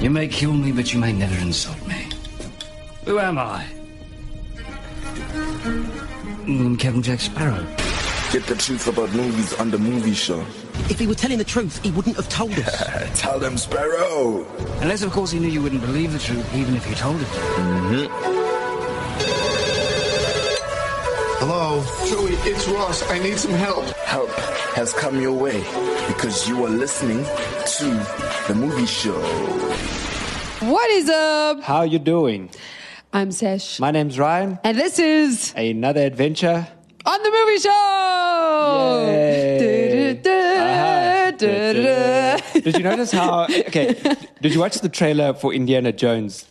You may kill me, but you may never insult me. Who am I? I'm Captain Mm, Jack Sparrow. Get the truth about movies on the movie show. If he were telling the truth, he wouldn't have told us. Tell them, Sparrow. Unless, of course, he knew you wouldn't believe the truth, even if you told it. Hello? Joey, it's Ross. I need some help. Help has come your way because you are listening to the movie show. What is up? How you doing? I'm Sesh. My name's Ryan. and this is Another adventure. On the Movie Show! Yay. Oh, Du-du-du, Uh-huh. du-du-du. Did you notice how? Okay, did you watch the trailer for Indiana Jones?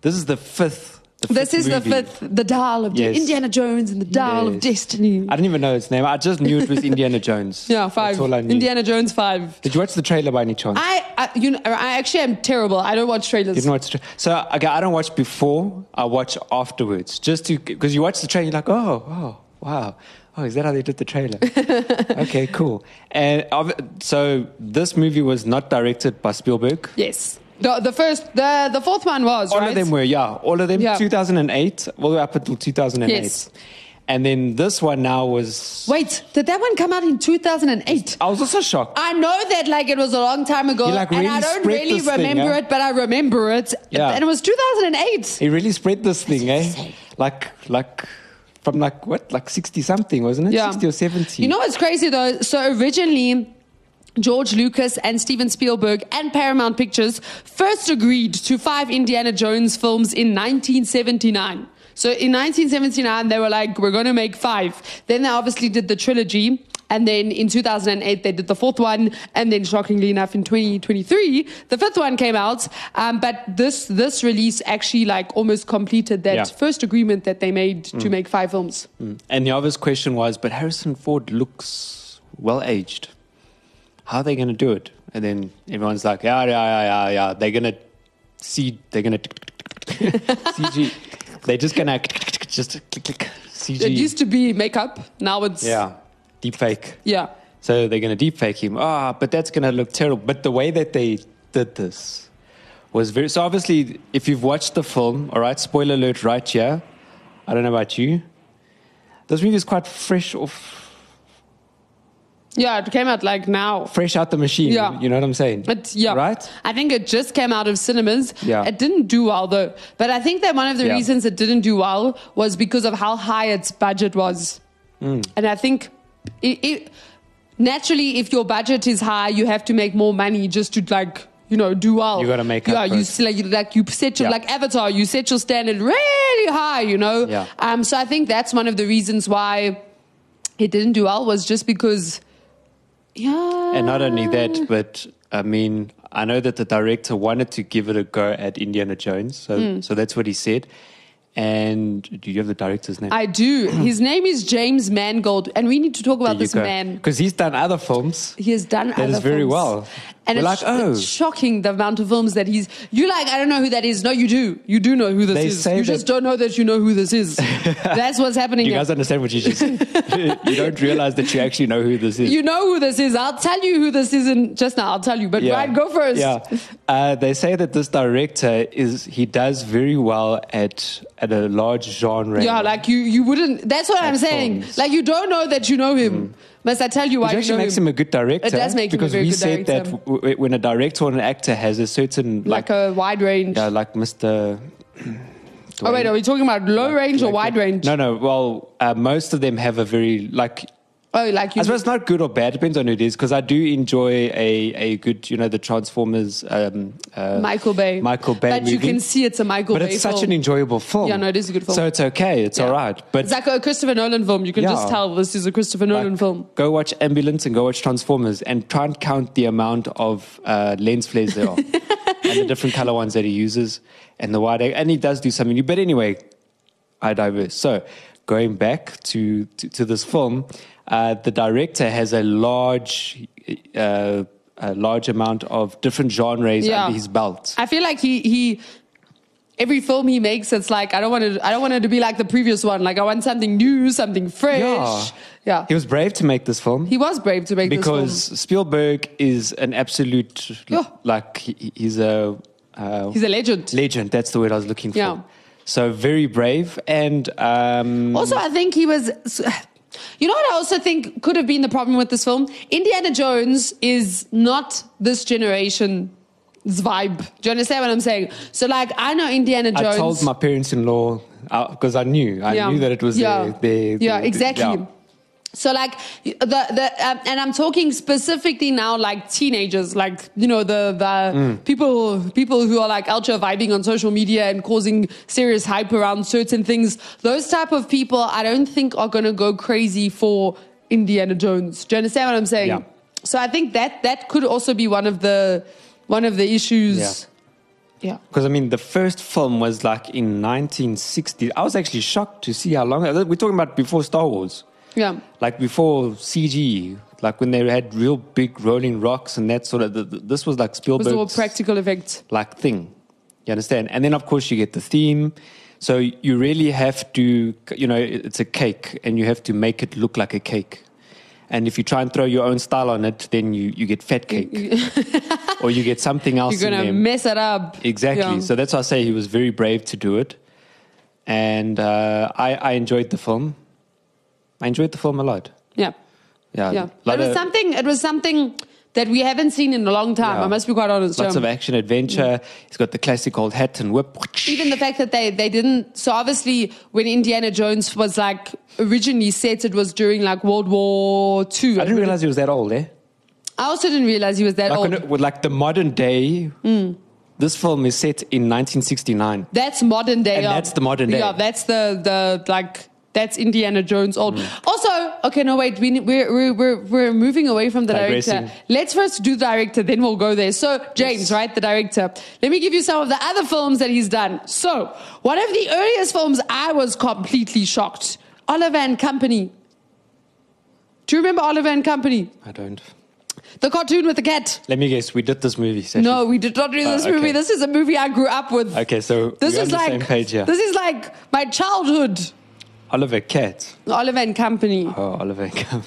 This is the fifth. The This fifth is the movie. fifth, the Dial of Yes. Indiana Jones and the Dial of Yes. Destiny. I didn't even know its name. I just knew it was Indiana Jones. Yeah, five. That's all I knew. Indiana Jones five. Did you watch the trailer by any chance? I, I, you know, I actually am terrible. I don't watch trailers. You didn't watch the tra- so okay, I don't watch before. I watch afterwards, just to because you watch the trailer, you're like, oh, oh, wow, oh, is that how they did the trailer? okay, cool. And of- so this movie was not directed by Spielberg. yes, the, the first, the the fourth one was All right? of them were, yeah, all of them. Yeah. 2008, all the way up until 2008. Yes. And then this one now was. Wait, did that one come out in two thousand and eight? I was also shocked. I know that like it was a long time ago, You, like, and I really don't spread really this thing, remember huh? it, but I remember it. Yeah. And it was 2008. He really spread this thing, eh? insane. Like, like, from like what, like 60 something, wasn't it? 60 or 70. You know what's crazy though? So originally, George Lucas and Steven Spielberg and Paramount Pictures first agreed to five Indiana Jones films in 1979. So in 1979, they were like, we're going to make five. Then they obviously did the trilogy. And then in 2008, they did the fourth one. And then shockingly enough, in 2023, the fifth one came out. Um, but this, this release actually like almost completed that Yeah. Mm. first agreement that they made to make five films. And the obvious question was, but Harrison Ford looks well aged. How are they going to do it? And then everyone's like, yeah, yeah, yeah, yeah, yeah. They're going to see, they're going to CG. They're just going to just click, click, It CG. used to be makeup. Now it's Yeah, deep fake. yeah. So they're going to deep fake him. Ah, but that's going to look terrible. But the way that they did this was very. So obviously, if you've watched the film, all right, spoiler alert right here. I don't know about you. This movie is quite fresh off, Yeah, it came out like now. fresh out the machine. Yeah. You know what I'm saying? It, yeah. Right? I think it just came out of cinemas. Yeah. It didn't do well though. But I think that one of the Yeah. reasons it didn't do well was because of how high its budget was. Mm. And I think it, it naturally if your budget is high, you have to make more money just to like you know, do well. You gotta make up Yeah, for you it. s- like you, like you set your Yeah. like Avatar, you set your standard really high, you know. Yeah. Um. So I think that's one of the reasons why it didn't do well was just because. Yeah. And not only that, but I mean, I know that the director wanted to give it a go at Indiana Jones. So, Hmm. so that's what he said. And do you have the director's name? I do. His name is James Mangold, and we need to talk about this man. Because he's done other films. He has done That other is very films. well. and it's, We're like, oh. it's shocking the amount of films that he's. You like, I don't know who that is. No, you do. You do know who this They is. say You just that- don't know that you know who this is. That's what's happening. You here. guys understand what you just you don't realize that you actually know who this is. you know who this is. I'll tell you who this is in just now. I'll tell you. But Ryan, go first. Yeah. Uh, they say that this director is he does very well at at a large genre. Yeah, like you, you wouldn't. That's what I'm Like saying. films. Like you don't know that you know him. Must I tell you why Which you know actually makes him? him a good director. It does make him a because very we good said that director. w- w- when a director or an actor has a certain like, like, a wide range. yeah, like Mr. oh wait, are we talking about low range or Like wide the- range? No, no. Well, uh, most of them have a very like Oh, like you. I suppose it's not good or bad, depends on who it is, because I do enjoy a, a good, you know, the Transformers. Um, uh, Michael Bay. Michael Bay. But you movie. can see it's a Michael But Bay it's such film. an enjoyable film. Yeah, no, it is a good film. So it's okay, it's Yeah. all right. But it's like a Christopher Nolan film. You can Yeah. just tell this is a Christopher Nolan like, film. Go watch Ambulance and go watch Transformers and try and count the amount of uh, lens flares there are and the different color ones that he uses and the wide. And he does do something new. But anyway, I diverse. So going back to, to, to this film, uh, the director has a large, uh, a large amount of different genres Yeah. under his belt. I feel like he he. Every film he makes, it's like I don't want to. I don't want it to be like the previous one. Like I want something new, something fresh. Yeah, He was brave to make this film. he was brave to make this film. because Spielberg is an absolute Yeah. like he- he's a uh, He's a legend. legend. That's the word I was looking for. Yeah. So very brave and um, Also, I think he was. You know what I also think could have been the problem with this film? Indiana Jones is not this generation's vibe. Do you understand what I'm saying? So, like, I know Indiana Jones. I told my parents-in-law because I knew I knew that it was yeah. their, their- yeah, their- exactly. yeah. So like the the um, and I'm talking specifically now like teenagers like you know the the Mm. people people who are like ultra vibing on social media and causing serious hype around certain things those type of people I don't think are going to go crazy for Indiana Jones. Do you understand what I'm saying? Yeah. So I think that that could also be one of the one of the issues. Yeah. Because I mean, the first film was like in 1960. I was actually shocked to see how long. We're talking about before Star Wars, Yeah. like before CG, like when they had real big rolling rocks and that sort of. th- th- This was like It was all Spielberg's practical effects. like thing. You understand? And then of course you get the theme. So you really have to, you know, it's a cake, and you have to make it look like a cake. And if you try and throw your own style on it, then you, you get fat cake, or you get something else. You're going in to there. mess it up. Exactly. Yeah. So that's why I say he was very brave to do it. And uh, I, I enjoyed the film. I enjoyed the film a lot. yeah. Yeah. Yeah, uh, Lot it was of- something. It was something that we haven't seen in a long time. yeah. I must be quite honest. Lots yeah. Mm. of action adventure. He's got the classic old hat and whip. Even the fact that they they didn't. So obviously, when Indiana Jones was like originally set, it was during like World War Two. I didn't realize he was that old, eh? I also didn't realize he was that Like, old. Hmm. when it- with like the modern day, this film is set in 1969. That's modern day. And yeah. that's the modern day. Yeah, that's the the like that's Indiana Jones old. Mm. Also, okay, no wait, we we're we're we're, we're moving away from the Digressing. director. Let's first do the director, then we'll go there. So James, Yes. right, the director. Let me give you some of the other films that he's done. So one of the earliest films, I was completely shocked. Oliver and Company. Do you remember Oliver and Company? I don't. The cartoon with the cat. Let me guess, we did this movie session. No, we did not do this Ah, okay. movie. This is a movie I grew up with. Okay, so This we're is on the like same page here. this is like my childhood. Oliver Cat. Oliver and Company. Oh, Oliver Cat.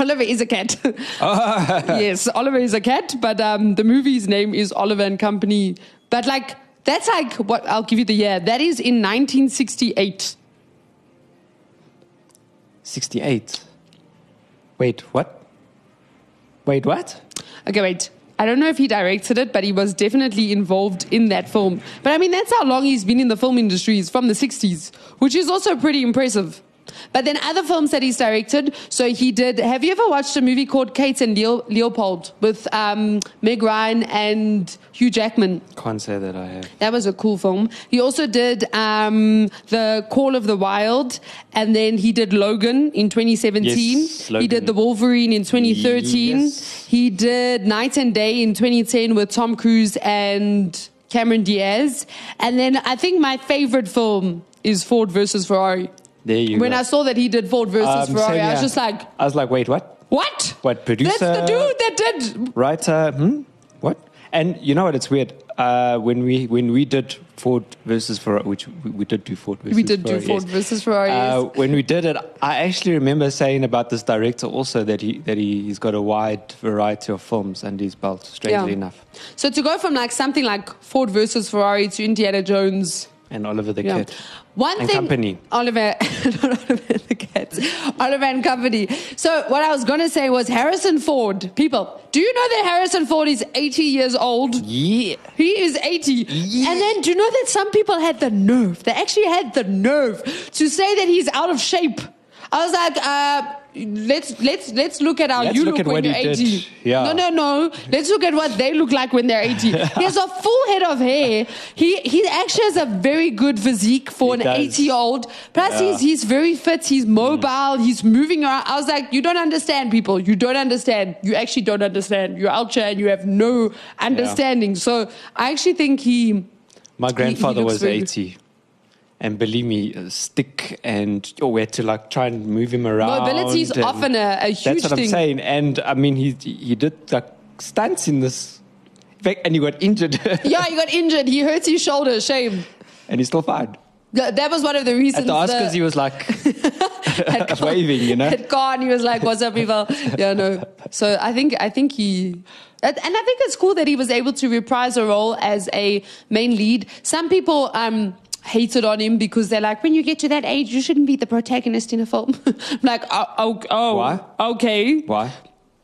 Oliver is a cat. yes, Oliver is a cat, but um, the movie's name is Oliver and Company. But like that's like what I'll give you the year. That is in 1968. 68. Wait, what? Wait, what? Okay, wait. I don't know if he directed it, but he was definitely involved in that film. But I mean, that's how long he's been in the film industry. He's from the 60s, which is also pretty impressive. But then other films that he's directed. So he did. Have you ever watched a movie called Kate and Leo, Leopold with um, Meg Ryan and Hugh Jackman? Can't say that I have. That was a cool film. He also did um, the Call of the Wild, and then he did Logan in 2017. Yes, He Logan. did the Wolverine in 2013. Yes. He did Night and Day in 2010 with Tom Cruise and Cameron Diaz. And then I think my favorite film is Ford versus Ferrari. There you When go. I saw that he did Ford versus Um, Ferrari, same I was here. just like, I was like, wait, what? what? What, That's the producer? dude that did. Writer? Hmm? What? And you know what? It's weird. Uh, when we when we did Ford versus Ferrari, which we, we did do Ford versus did do Ferrari, Ford versus Ferrari, Uh, yes. when we did it, I actually remember saying about this director also that he that he, he's got a wide variety of films under his belt. Strangely Yeah. enough, So to go from like something like Ford versus Ferrari to Indiana Jones. and Oliver the Yeah. Cat, One and thing, company. Oliver, not Oliver and the Cat, Oliver and Company. So what I was going to say was Harrison Ford. People, do you know that Harrison Ford is 80 years old? Yeah. He is 80. And then do you know that some people had the nerve, they actually had the nerve to say that he's out of shape. I was like, uh, Let's let's let's look at how Let's you look look, at when what you're he 80. did. Yeah. No, no, no. Let's look at what they look like when they're 80. he has a full head of hair. He he actually has a very good physique for He an does. 80 year old. Plus, Yeah. Mm. he's he's very fit. He's mobile. He's moving around. I was like, you don't understand, people. You don't understand. You actually don't understand. You're out there and you have no understanding. So I actually think he. My grandfather looks was very good. 80. And believe me, uh, stick and oh, we had to like try and move him around. Mobility is and- often a- a huge That's what thing. I'm saying. And I mean, he he did like stunts in this, in fact, and he got injured, Yeah, he got injured. He hurts his shoulder. Shame. and he's still fine. Th- That was one of the reasons. At the Oscars, the- he was like, had It's waving, you know? Had gone. He was like, "What's up, people?" Yeah, no. So I think I think he, and and I think it's cool that he was able to reprise a role as a main lead. Some people um hated on him because they're like, when you get to that age, you shouldn't be the protagonist in a film. I'm like, oh, oh, oh, Why? okay, Why?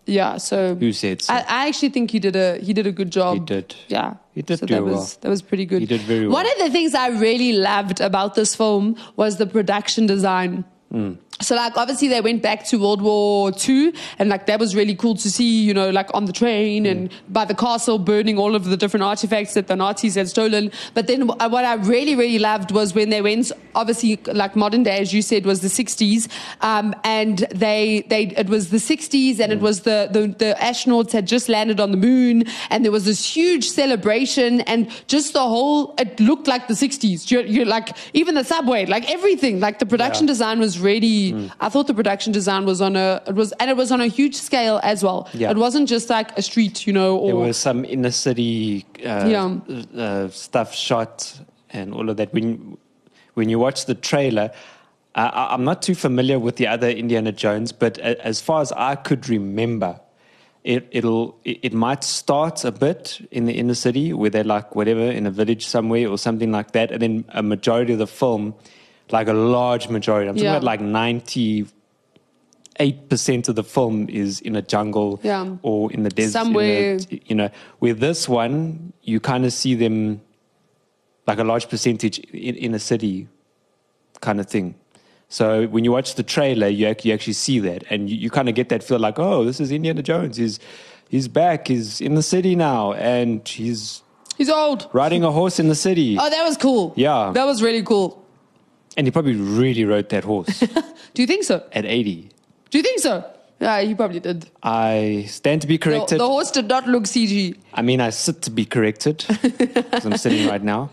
yeah. So Who said so? I, I actually think he did a he did a good job. He did. Yeah. He did so do that well. was that was pretty good. He did very well. One of the things I really loved about this film was the production design. Hmm. So like obviously they went back to World War Two, and like that was really cool to see, you know, like on the train Hmm. and by the castle burning all of the different artifacts that the Nazis had stolen. But then wh- what I really really loved was when they went, obviously like modern day as you said was the '60s, um, and they they it was the '60s and it was the, the the astronauts had just landed on the moon and there was this huge celebration and just the whole it looked like the '60s. You're, you're like even the subway, like everything, like the production Yeah. Mm. design design was really I thought the production design was on a it was and it was on a huge scale as well. Yeah. It wasn't just like a street, you know, or There was some inner city uh, Yeah. uh, stuff shot and all of that. When when you watch the trailer, I, I, I'm not too familiar with the other Indiana Jones, but a, as far as I could remember, it it'll it, it might start a bit in the inner city where they're like whatever in a village somewhere or something like that, and then a majority of the film, like a large majority, I'm talking Yeah. about like ninety eight percent of the film is in a jungle Yeah. or in the desert in Somewhere- the- you know, with this one, you kind of see them like a large percentage in, in a city kind of thing. So when you watch the trailer, you, ac- you actually see that and you, you kind of get that feel like, oh, this is Indiana Jones. He's, he's back, he's in the city now, and he's he's old. riding a horse in the city. Oh, that was cool. Yeah. That was really cool. And he probably really rode that horse Do you think so? at 80. Do you think so? Yeah, you probably did. I stand to be The, corrected. the horse did not look CG. I mean, I sit to be corrected because I'm sitting right now.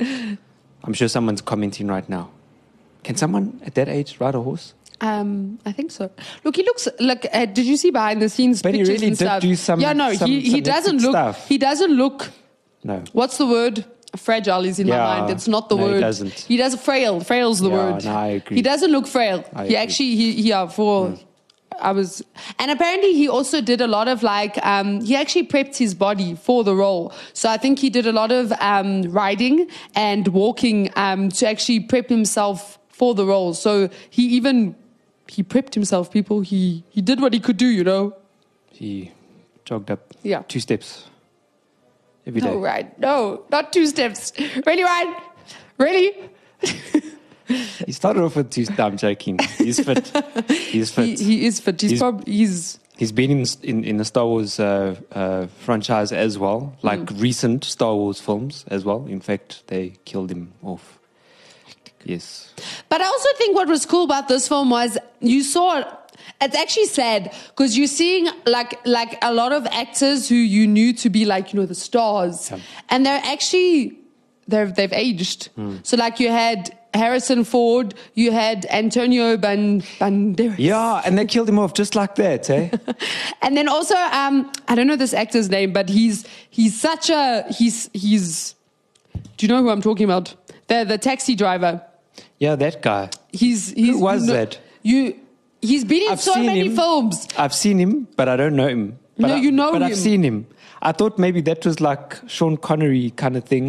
I'm sure someone's commenting right now. Can someone at that age ride a horse? Um, I think so. Look, he looks like. Uh, did you see behind the scenes But he pictures really and did stuff? do some- Yeah, no, some- he, he some doesn't hectic look. stuff. He doesn't look. No. What's the word? Fragile is in Yeah. my mind. It's not the No, he word. doesn't. He does frail. Frail's the Yeah, word. no, I agree. He doesn't look frail. I he agree. Hmm. actually he yeah for. I was, and apparently he also did a lot of like um, he actually prepped his body for the role. So I think he did a lot of um, riding and walking um, to actually prep himself for the role. So he even he prepped himself. People he he did what he could do. You know. He jogged up Yeah. two steps every day. No, right? No, not two steps. Really, Ryan? Really? He started off with two. No, I'm joking. He's fit. He's He, fit. he is fit. He's, He's- prob- he's He's been in, in, in the Star Wars uh, uh, franchise as Mm. well, like recent Star Wars films as well. In fact, they killed him off. Yes. But I also think what was cool about this film was you saw it's actually sad because you're seeing like like a lot of actors who you knew to be like you know the stars, Yeah. and they're actually they've they've aged. Hmm. So like you had Harrison Ford, you had Antonio Ban- Banderas, Yeah, and they killed him off just like that, eh? and then also um I don't know this actor's name, but he's he's such a he's he's. Do you know who I'm talking about? The the taxi driver. yeah, that guy. He's he's was you know- that? You he's been in I've so seen many him. films. I've seen him, but I don't know him. But No, I- you know But I've him. seen him. I thought maybe that was like Sean Connery kind of thing.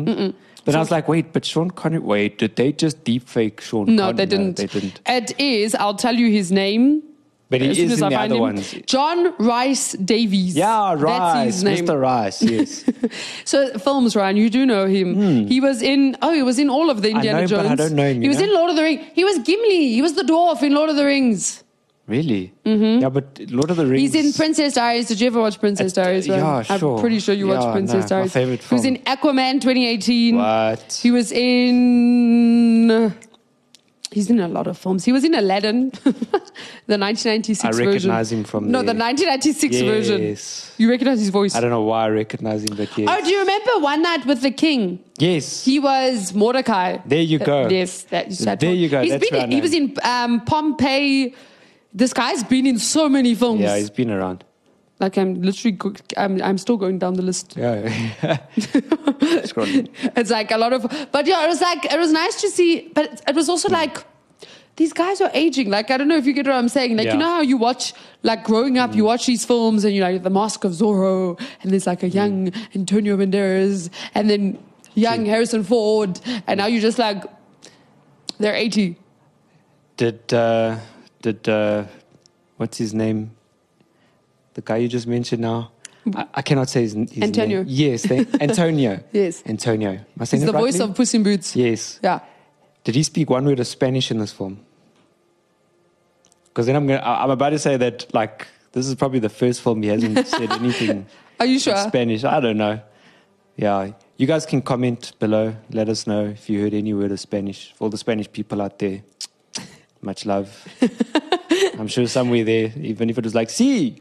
Then I was like, wait, but Sean Connery, wait, did they just deep fake No, Sean Connery? they didn't. Oh, they didn't. It is, I'll tell you his name. But he as soon is as in I the find other him. ones. John Rice Davies. Yeah, That's Rice. his name. Mr. Rice, yes. so films, Ryan, you do know him. He was in oh, he was in all of the Indiana know, Jones. but Hmm. I don't know him, He you was know? in Lord of the Rings. He was Gimli. He was the dwarf in Lord of the Rings. really? Yeah, but Lord of the Rings. Mm-hmm. He's in Princess Diaries. Did you ever watch Princess Uh, Diaries? Ryan? yeah, sure. I'm pretty sure you watched Yeah, Princess no, my Diaries. favorite He was film. in Aquaman 2018. What? He was in. He's in a lot of films. He was in Aladdin, the 1996 I version. recognize him from no, there. the 1996 Yes. version. You recognize his voice. I don't know why I recognize him, but yes. Oh, do you remember One Night with the King? yes. He was Mordecai. There you Uh, go. yes, that, so I There told- you go, He's that's been. where I in- know He was in um, Pompeii. This guy's been in so many films. yeah, he's been around. Like I'm literally, go- I'm, I'm still going down the list. Yeah. Scrolling. it's like a lot of, but yeah, it was like it was nice to see, but it was also like these guys are aging. Like, I don't know if you get what I'm saying. Like, Yeah. Mm. you know how you watch, like, growing up, you watch these films and you're like, The Mask of Zorro, and there's Mm. like a young Antonio Banderas, and then young Harrison Ford, and now you're just like, they're 80. Did uh, did uh, what's his name? The guy you just mentioned now. I, I cannot say his, his Antonio. name. Yes, thank, Antonio. Yes. Antonio. Am I saying It's it the voice rightly? of Puss in Boots. Yes. Yeah. Did he speak one word of Spanish in this film? Because then I'm gonna. I- I'm about to say that like this is probably the first film he hasn't said anything. Are you in sure? Spanish. I don't know. Yeah. You guys can comment below. Let us know if you heard any word of Spanish. For all the Spanish people out there, much love. I'm sure somewhere there, even if it was like, see,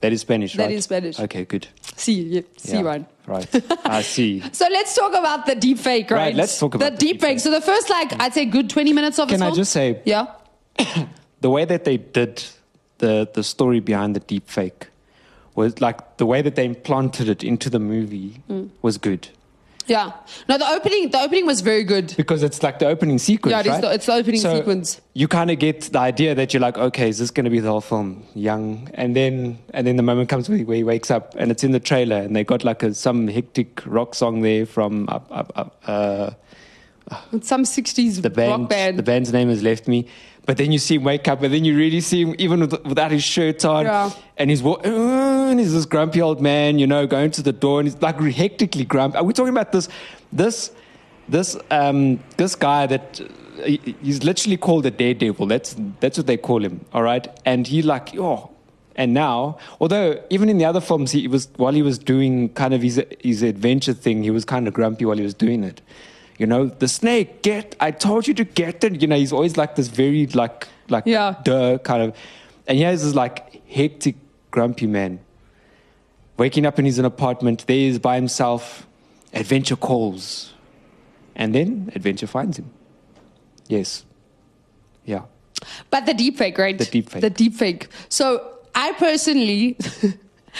that is Spanish, That right? is Spanish. Okay, good. See, yeah, see, Yeah, Ryan. Right. I see. So let's talk about the deep fake, right? Right, let's talk about the the deep fake. deepfake. So the first, like, I'd say good 20 minutes of Can this I film. just say- Yeah. the way that they did the the story behind the deep fake was like the way that they implanted it into the movie Mm. was good Yeah. No, the opening, the opening was very good. because it's like the opening sequence. Yeah, it is right? the- it's the opening sequence. You kind of get the idea that you're like, okay, is this going to be the whole film? Young, and then and then the moment comes where he, where he wakes up, and it's in the trailer, and they got like a, some hectic rock song there from up up up. Uh, It's some 60s the band, rock band. the band's name has left me. But then you see him wake up, and then you really see him even with, without his shirt on, Yeah. and he's wa- and he's this grumpy old man, you know, going to the door, and he's like hectically grumpy. Are we talking about this, this, this, um, this guy that? uh, he- He's literally called a daredevil. That's that's what they call him. All right, and he like oh, and now although even in the other films he was while he was doing kind of his his adventure thing, he was kind of grumpy while he was doing it. You know, the snake, get, I told you to get it. You know, he's always like this very, like, like, Yeah. duh, kind of. And he has this, like, hectic, grumpy man. Waking up in his apartment, there he is by himself. Adventure calls. And then adventure finds him. Yes. Yeah. But the deep fake, right? The deep fake. The deep fake. So I personally,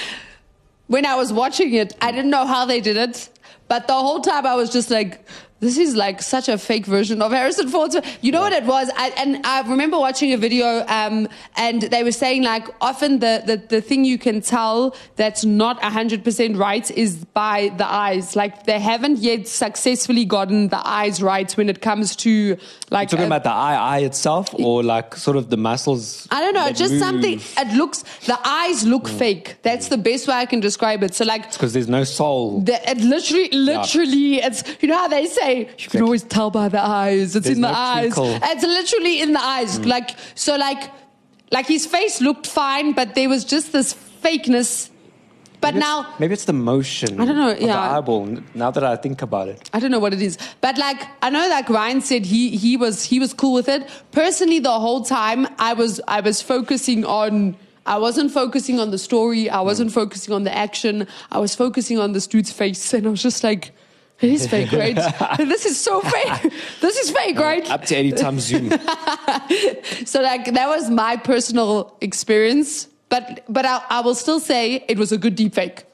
when I was watching it, I didn't know how they did it. But the whole time I was just like, this is like such a fake version of Harrison Ford. You know what it was? I, and I remember watching a video um, and they were saying like often the, the, the thing you can tell that's not 100% right is by the eyes. Like they haven't yet successfully gotten the eyes right when it comes to like... Talking a- about the eye, eye itself, or like sort of the muscles. I don't know, that just move. something. Mm. It looks the eyes look fake. That's the best way I can describe it. So like. Because there's no soul. The, it literally, literally, it's you know how they say you can Exactly. always tell by the eyes. It's There's in the no Mm. eyes. twinkle. It's literally in the eyes. Like so, like like his face looked fine, but there was just this fakeness. But Maybe it's- now maybe it's the motion. I don't know, of the yeah. eyeball. n- Now that I think about it, I don't know what it is, but like I know, like Ryan said, he he was he was cool with it. Personally, the whole time I was I was focusing on. I wasn't focusing on the story. I wasn't focusing on the action. I was focusing on this dude's face, and I was just like, "It is fake, right? this is so fake. this is fake, right?" up to any time zoom. so like that was my personal experience, but but I, I will still say it was a good deep fake.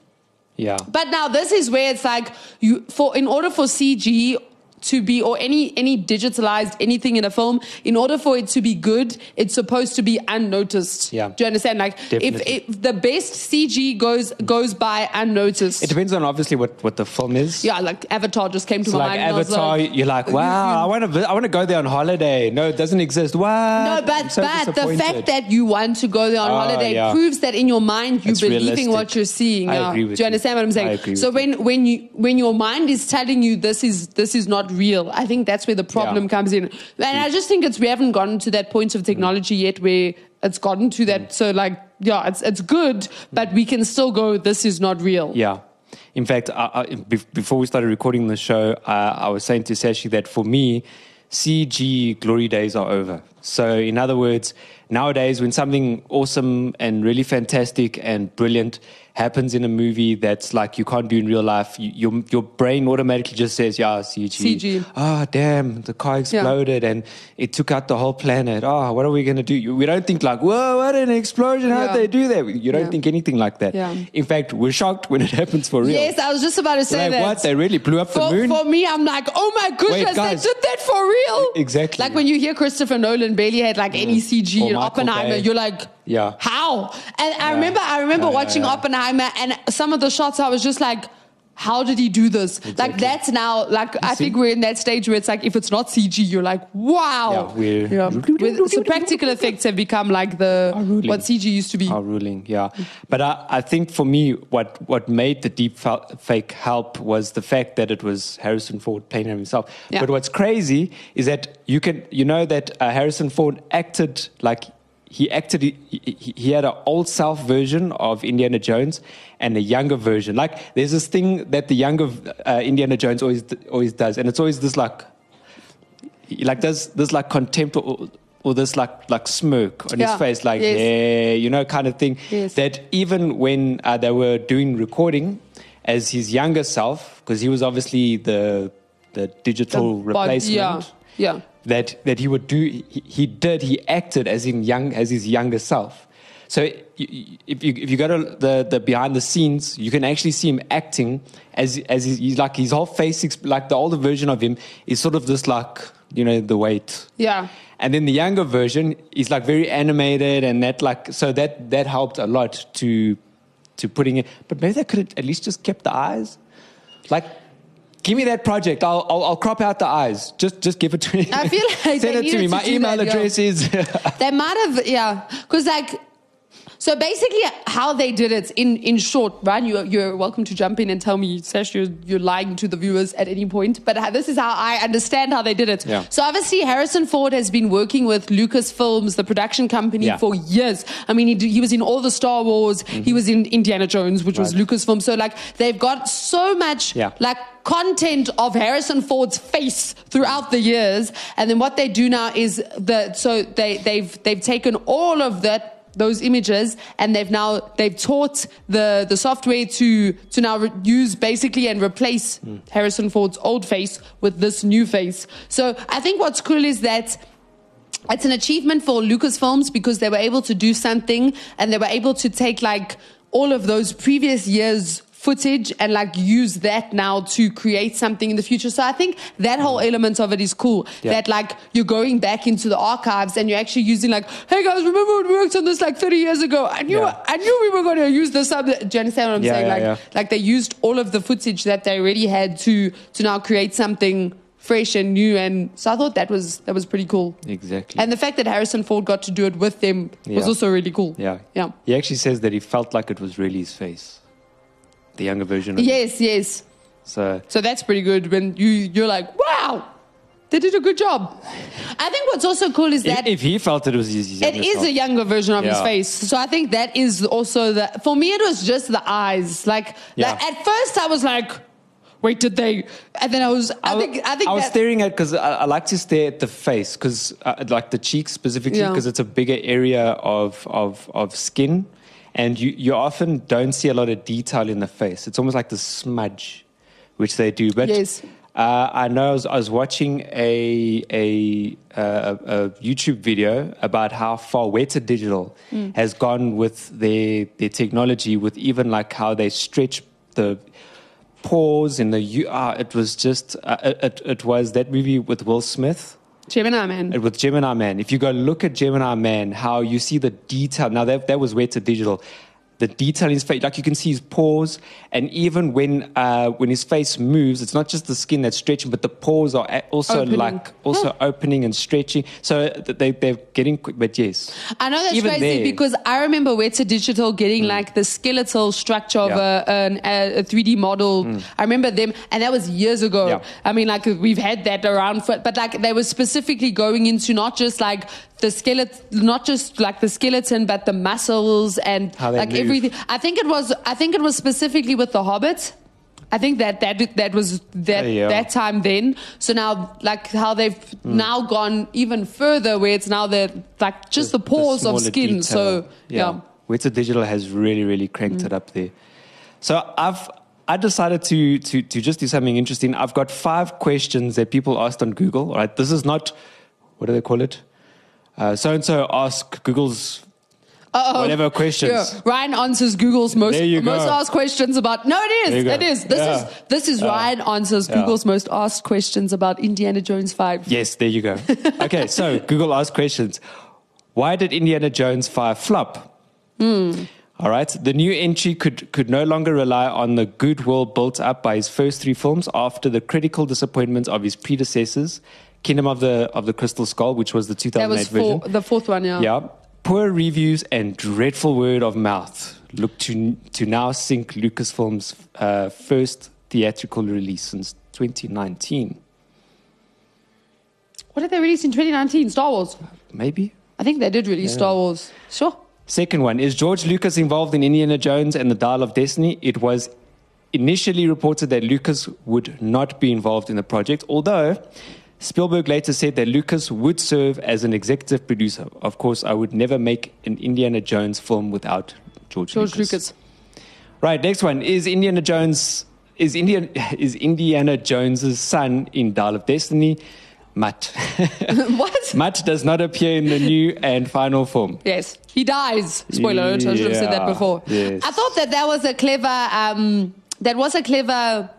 Yeah. But now this is where it's like you for in order for CG to be or any any digitalized anything in a film, in order for it to be good, it's supposed to be unnoticed. Yeah. Do you understand? Like if, Definitely. if the best CG goes goes by unnoticed. it depends on obviously what, what the film is. yeah, like Avatar just came to It's my like mind. and I was Avatar. you're like, wow, I want to. vi- I want to go there on holiday. No, it doesn't exist. Wow. No, but I'm so but the fact disappointed. that you want to go there on Ah, holiday yeah. proves that in your mind you're It's believing realistic. what you're seeing. I yeah. agree with Do you you. understand what I'm saying? I agree so with when when you when your mind is telling you this is this is not real, I think that's where the problem Yeah. comes in. And I just think it's we haven't gotten to that point of technology yet where it's gotten to Mm. that. So like yeah, it's it's good, but we can still go. This is not real. Yeah. In fact, I, I, bef- before we started recording the show, I, I was saying to Sashi that for me, CG glory days are over. So, in other words, nowadays when something awesome and really fantastic and brilliant happens in a movie that's like you can't do in real life, you, your your brain automatically just says, "Yeah, CG." CG. Ah, damn, the car exploded and it took out the whole planet. Oh, what are we gonna do? You- We don't think like, "Whoa, what an explosion! How Yeah. would they do that?" You don't Yeah. think anything like that. Yeah. In fact, we're shocked when it happens for real. Yes, I was just about to say Like, that. what? They really blew up the for, moon? For me, I'm like, oh my goodness, guys. they did that for real. E- exactly. Mm. Like when you hear Christopher Nolan barely had like any CG Or and Michael Oppenheimer, Bay. you're like, Yeah. how? And I remember, I remember Yeah, yeah, watching yeah. Oppenheimer and some of the shots. I was just like. How did he do this? Like Exactly. that's now like I see? think we're in that stage where it's like if it's not CG, you're like, wow. Yeah, we're- With- so practical effects have become like the Our ruling. what CG used to be. Our ruling, yeah. But I, I think for me, what, what made the deep fa- fake help was the fact that it was Harrison Ford playing himself. Yeah. But what's crazy is that you can you know that uh, Harrison Ford acted like he acted he, he, he had an old self version of Indiana Jones and a younger version. Like there's this thing that the younger uh, Indiana Jones always always does, and it's always this like he- like there's there's like contempt or, or this like like smirk on Yeah. his face like Yes. yeah uh, you know kind of thing Yes. that even when uh, they were doing recording as his younger self because he was obviously the the digital The bod- replacement yeah, yeah. that that he would do he, he did he acted as in young as his younger self so y- y- if you if you go to the, the behind the scenes you can actually see him acting as as he's, he's like his whole face exp- like the older version of him is sort of this like you know the weight Yeah. and then the younger version is like very animated and that like so that that helped a lot to to putting it but maybe they could have at least just kept the eyes like Give me that project. I'll, I'll, I'll crop out the eyes. Just just give it to me. I feel like send they it to needed me. to My do email that, yeah. address is They might have, yeah, because like, so basically, how they did it in in short, right? You you're welcome to jump in and tell me, Sash, you're you're lying to the viewers at any point. But how- this is how I understand how they did it. Yeah. So obviously, Harrison Ford has been working with Lucasfilms, the production company, Yeah. Mm-hmm. for years. I mean, he, d- he was in all the Star Wars. He was in Indiana Jones, which was Right. Lucasfilm. So like, they've got so much Yeah. like content of Harrison Ford's face throughout the years. And then what they do now is the so they they've they've taken all of that those images and they've now they've taught the the software to to now re- use basically and replace Harrison Ford's old face with this new face. So I think what's cool is that it's an achievement for Lucasfilms because they were able to do something and they were able to take like all of those previous years footage and like use that now to create something in the future. So I think that whole element of it is cool. Yeah. That like you're going back into the archives and you're actually using like, hey guys, remember when we worked on this like 30 years ago? I knew Yeah. I knew we were gonna use this sub Do you understand what I'm Yeah, saying? yeah, like yeah. like they used all of the footage that they already had to to now create something fresh and new and so I thought that was that was pretty cool. exactly. And the fact that Harrison Ford got to do it with them was Yeah. also really cool. yeah, Yeah. He actually says that he felt like it was really his face, the younger version. Of him. Yes, yes. So So that's pretty good when you you're like, wow, they did a good job. I think what's also cool is if, that if he felt it was his it younger is self, a younger version of his Yeah. face. So I think that is also the for me it was just the eyes. Like, Yeah. like, at first I was like, wait, did they? And then I was I, w- think I think I was that, staring at because I, I like to stare at the face because uh, like the cheeks specifically Yeah. because it's a bigger area of of of skin, and you you often don't see a lot of detail in the face. It's almost like the smudge, which they do. But Yes. uh, I know I was, I was watching a a, uh, a a YouTube video about how far Weta Digital has gone with their their technology, with even like how they stretch the pause in the U- ah, it was just uh, it, it- it was that movie with Will Smith Gemini man. and with Gemini Man. If you go look at Gemini Man, how you see the detail. Now that that was way to digital. The detail in his face, like you can see his pores, and even when uh, when his face moves, it's not just the skin that's stretching, but the pores are a- also Opening. like also opening and stretching. So th- they they're getting quick, but yes, I know that's Even crazy there. because I remember Weta Digital getting like the skeletal structure of Yeah. Hmm. a, an, a, a 3D model. I remember them, and that was years ago. Yeah. I mean, like we've had that around for, but like they were specifically going into not just like the skeleton, not just like the skeleton, but the muscles and How they like move. everything. I think it was, I think it was specifically with the Hobbit. I think that that that was that Oh, yeah. Hmm. that time then. So now, like how they've now gone even further, where it's now the like just the pores of smaller skin. So detail. yeah. Mm. Weta Digital has really, really cranked it up there. So I've I decided to to to just do something interesting. I've got five questions that people asked on Google. Right, this is not what do they call it? So and so ask Google's Uh-oh. whatever questions. Uh, Yeah. Ryan answers Google's most There you go. most asked questions about. No, it There you is. go. It is. This Yeah. is this is Yeah. Ryan answers Yeah. Google's most asked questions about Indiana Jones Five. Yes, there you go. Okay, so Google asked questions. Why did Indiana Jones 5 flop? Hmm. All right, the new entry could, could no longer rely on the goodwill built up by his first three films after the critical disappointments of his predecessors, Kingdom of the of the Crystal Skull, which was the 2008 That was version. four, the fourth one. Yeah. Yeah. Poor reviews and dreadful word of mouth look to to now sink Lucasfilm's uh, first theatrical release since 2019. What did they release in 2019? Star Wars. Maybe. I think they did release Star Wars. Sure. Second one is George Lucas involved in Indiana Jones and the Dial of Destiny. It was initially reported that Lucas would not be involved in the project, although Spielberg later said that Lucas would serve as an executive producer. Of course, I would never make an Indiana Jones film without George, George Lucas. Right, next one is Indiana Jones. Is Indian is Indiana Jones's son in Dial of Destiny, Matt? What? Matt does not appear in the new and final film. Yes, he dies. Spoiler alert! I should have said that Yeah, before. yes. I thought that that was a clever. Um, that was a clever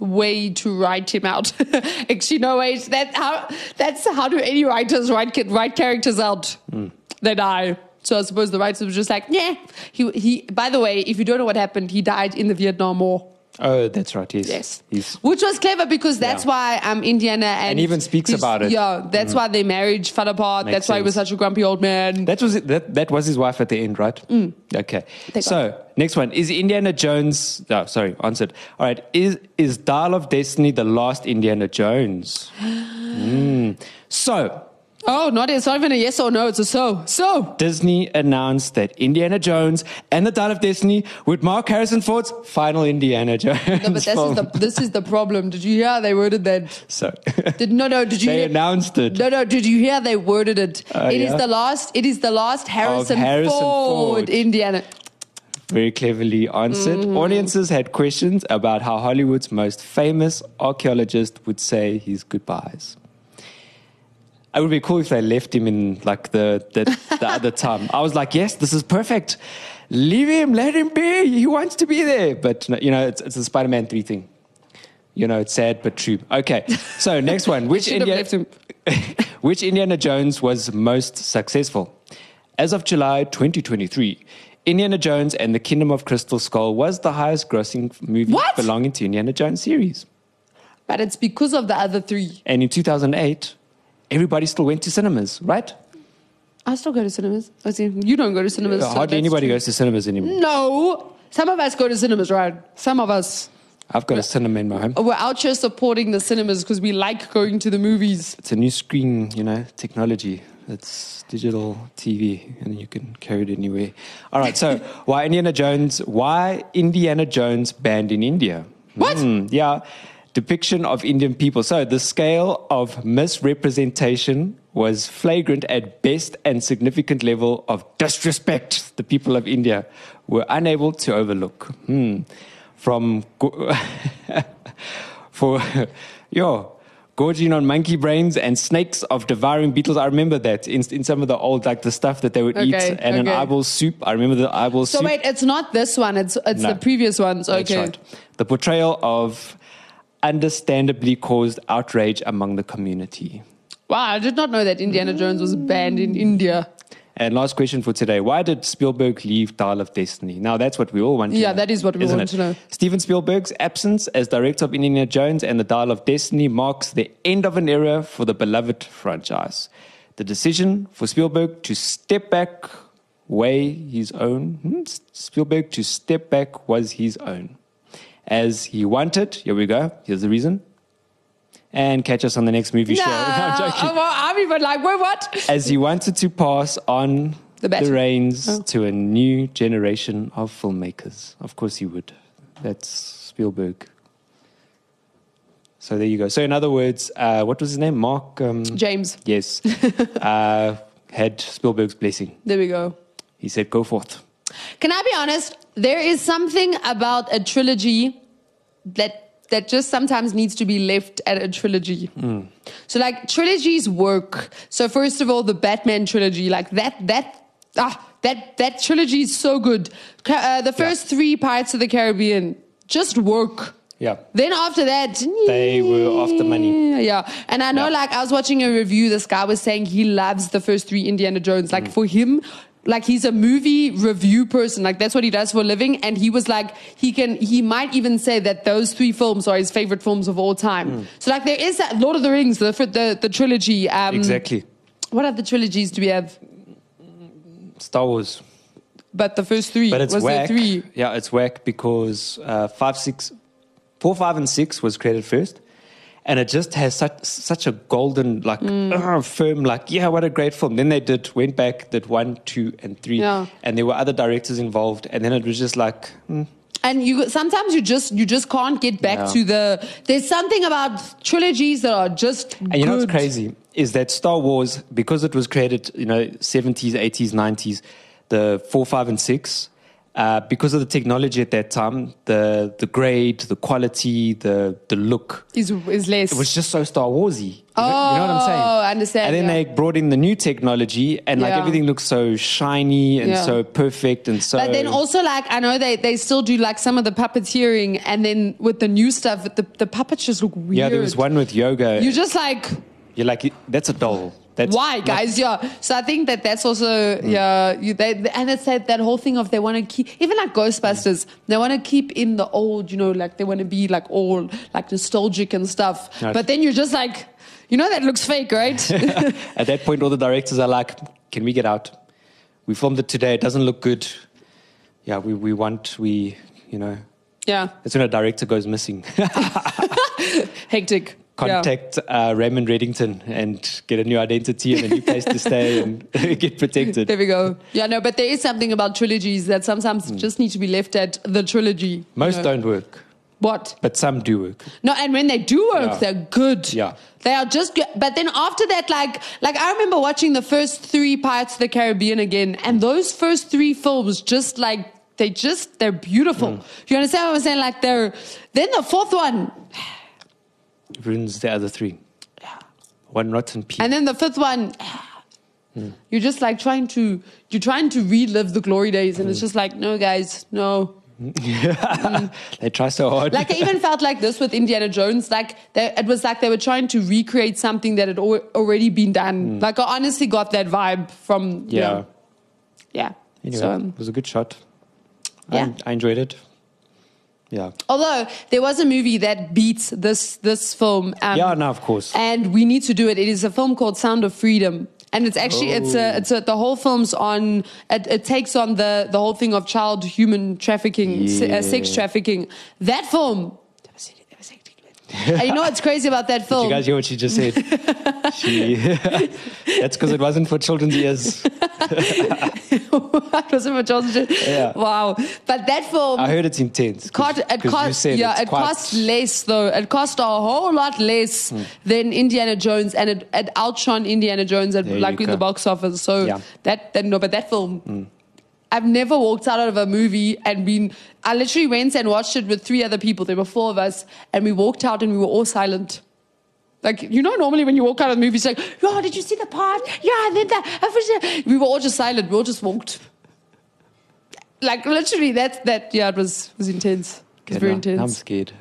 way to write him out. Actually, no wait. That how that's how do any writers write ca- write characters out? Hmm. They die. So I suppose the writers were just like, yeah. He he. By the way, if you don't know what happened, he died in the Vietnam War. Oh, that's right. Yes, Yes, He's, which was clever because that's Yeah. why um, Indiana and, And even speaks he's- about it. Mm-hmm. Yeah, that's why their marriage fell apart. Makes that's why he was sense. such a grumpy old man. that was it- that. That was his wife at the end, right? Mm. Okay. Thank so next one is Indiana Jones. Oh, sorry, answered. All right. Is is Dial of Destiny the last Indiana Jones? Hmm. So Oh, not it's not even a yes or no. It's a so. So Disney announced that Indiana Jones and the Dial of Destiny would mark Harrison Ford's final Indiana Jones. no, but this film. is the this is the problem. Did you hear how they worded that? so Did no no? Did you? They hear, announced it. No no. Did you hear they worded it? It Oh, is yeah? the last. It is the last Harrison, Harrison Ford, Ford. Indiana. very cleverly answered. Mm-hmm. Audiences had questions about how Hollywood's most famous archaeologist would say his goodbyes. It would be cool if they left him in like the the, the other time. I was like, yes, this is perfect. Leave him, let him be. He wants to be there. But no, you know, it's it's a Spider-Man three thing. You know, it's sad but true. Okay, so next one. Which should have India- left him. which Indiana Jones was most successful? As of July 2023, Indiana Jones and the Kingdom of Crystal Skull was the highest grossing movie What? belonging to Indiana Jones series. But it's because of the other three. And in 2008, everybody still went to cinemas, right? I still go to cinemas. I see you don't go to cinemas. so Uh, Hardly that's anybody true. Mm. goes to cinemas anymore. No, some of us go to cinemas, right? Some of us I've got a cinema in my home. we're out here supporting the cinemas because we like going to the movies. It's a new screen, you know, technology. It's digital TV, and you can carry it anywhere. All right. So, why Indiana Jones? Why Indiana Jones banned in India? What? Hmm, yeah, depiction of Indian people. So the scale of misrepresentation was flagrant at best, and significant level of disrespect the people of India were unable to overlook. Hmm. From go- for yo gorging on monkey brains and snakes of devouring beetles. I remember that in, in some of the old like the stuff that they would eat Okay, and an okay. eyeball soup. I remember the eyeball So soup. wait, it's not this one. It's it's No. the previous ones. That's Okay. right. The portrayal of understandably caused outrage among the community. Wow, I did not know that Indiana Jones was banned in India. And last question for today. Why did Spielberg leave Dial of Destiny? Now, that's what we all want to Yeah, know. that is what we isn't want it? to know. Steven Spielberg's absence as director of Indiana Jones and the Dial of Destiny marks the end of an era for the beloved franchise. The decision for Spielberg to step back, weigh his own, hmm, Spielberg to step back was his own. As he wanted, here we go, here's the reason. And catch us on the next movie No, show. No, I'm joking oh, well, I'm even like, wait, what? as he wanted to pass on The the, baton. reins Oh. to a new generation of filmmakers. Of course, he would. That's Spielberg. So there you go. So in other words, uh, what was his name? Mark. Um, James, yes, uh, had Spielberg's blessing. there we go. He said, "Go forth." Can I be honest? There is something about a trilogy that that just sometimes needs to be left at a trilogy. Hmm. So like trilogies work. So first of all, the Batman trilogy, like that that ah that that trilogy is so good. Ca- Uh, the first three Pirates of the Caribbean just work. Yeah. Then after that, They were off the money. Yeah, and I know, Yeah. like, I was watching a review. This guy was saying he loves the first three Indiana Jones. Mm. Like for him, like he's a movie review person. Like that's what he does for a living. And he was like, he can, he might even say that those three films are his favorite films of all time. Mm. So like, there is that Lord of the Rings, the fr- the, the trilogy. Um, Exactly. What other trilogies do we have? Star Wars. But the first three But it's was whack. the three. Yeah, it's whack because uh, five, six, four, five, and six was created first, and it just has such such a golden like Mm. ah, firm like yeah, what a great film. Then they did went back did one, two, and three, Yeah. and there were other directors involved, and then it was just like mm, and you sometimes you just you just can't get back Yeah. to the there's something about trilogies that are just And you know what's good. crazy is that Star Wars, because it was created, you know, seventies, eighties, nineties, the four, five, and six. Uh, because of the technology at that time, the the grade, the quality, the the look, is is less it was just so Star Warsy. You, know, you know what I'm saying? Oh, I understand, And then yeah. they brought in the new technology, and like Yeah. everything looks so shiny and Yeah. so perfect and so. but then also like I know they, they still do like some of the puppeteering and then with the new stuff the, the puppets just look weird. yeah, there was one with yoga. You're just like You're like, that's a doll. That's why not- Mm. guys yeah. So I think that that's also yeah you, they, and it's that, that whole thing of they want to keep even like Mm. Ghostbusters they want to keep in the old you know like they want to be like all like nostalgic and stuff. Nice. But then you're just like you know that looks fake right? At that point, all the directors are like, "Can we get out? We filmed it today. It doesn't look good. Yeah, we we want we you know." Yeah, That's when a director goes missing. hectic. Contact uh, Raymond Reddington and get a new identity and a new place to stay and get Yeah. There protected. we go. Yeah, no, but there is something about trilogies that sometimes just need to be left at the trilogy. you Mm. Most know. don't work, What? but some do work. No, and when they do work, Yeah. they're good. Yeah. They are just good. But then after that, like, like I remember watching the first three Pirates of the Caribbean again, and those first three films just like, they just, they're beautiful. Mm. You understand what I'm saying? Like they're, then the fourth one, Ruins the other three. One rotten piece. And then the fifth one, Mm. you're just like trying to you're trying to relive the glory days, and Mm. it's just like, no, guys, no. they try so hard. mm. Like I even felt like this with Indiana Jones. Like they, it was like they were trying to recreate something that had al- already been done. Like I honestly got that vibe from Hmm. yeah. yeah, yeah. Anyway, So, Um, um, it was a good shot. Yeah. I, I enjoyed it. Yeah. although there was a movie that beats this this film, um, Yeah, no, of course. and we need to do it. It is a film called Sound of Freedom. And it's actually it's Oh. a, it's a, the whole film's on it, it takes on the the whole thing of child human trafficking se- uh, sex Yeah. trafficking that film and you know what's crazy about that Did film you guys hear what she just said? she, that's because it wasn't for children's ears. It wasn't for children's Yeah. wow but that film I heard it's intense. 'cause- Cost, it 'cause you cost, said yeah, it's it quite- Hmm. cost less though. It cost a whole lot less than Indiana Jones, and it, it outshone Indiana Jones at There like you in the go. box office. So Yeah. Hmm. that, that no, but that film. I've never walked out of a movie and been. I literally went and watched it with three other people. There were four of us, and we walked out and we were all silent. Like you know, normally when you walk out of the movie, it's like, "Yeah, did you see the part? Yeah, and then that." We were all just silent. We all just walked. Like literally, that that yeah, it was was intense. It was Okay, very now- now I'm intense. scared.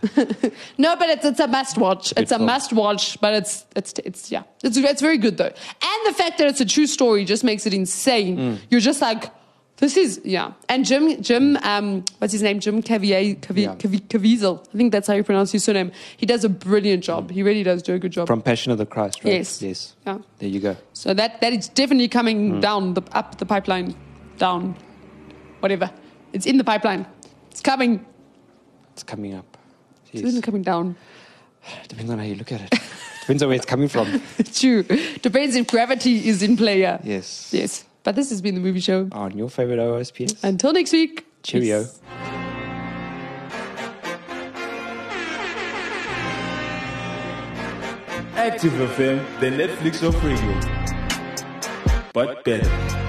No, but it's it's a must watch. good It's a film. must watch, but it's it's it's yeah, it's it's very good though. And the fact that it's a true story just makes it insane. Mm. You're just like, this is yeah. And Jim Jim um what's his name Jim Cavier Cavi, Yeah. Cavi, Caviezel. I think that's how you pronounce his surname. He does a brilliant job. He really does do a good job. Mm. From Passion of the Christ, right? Yes. Yes. Mm. Yeah. There you go. So that that is definitely coming down the up the pipeline, down, whatever. It's in the pipeline. It's coming. It's coming up. It isn't Jeez. coming down. Depends on how you look at it. Depends on where it's coming from. It's true. Depends if gravity is in play. Yeah. Yes. Yes. But this has been the movie show. On your favorite OSPS. Until next week. Cheerio. Peace. Active FM, the Netflix of radio. But better.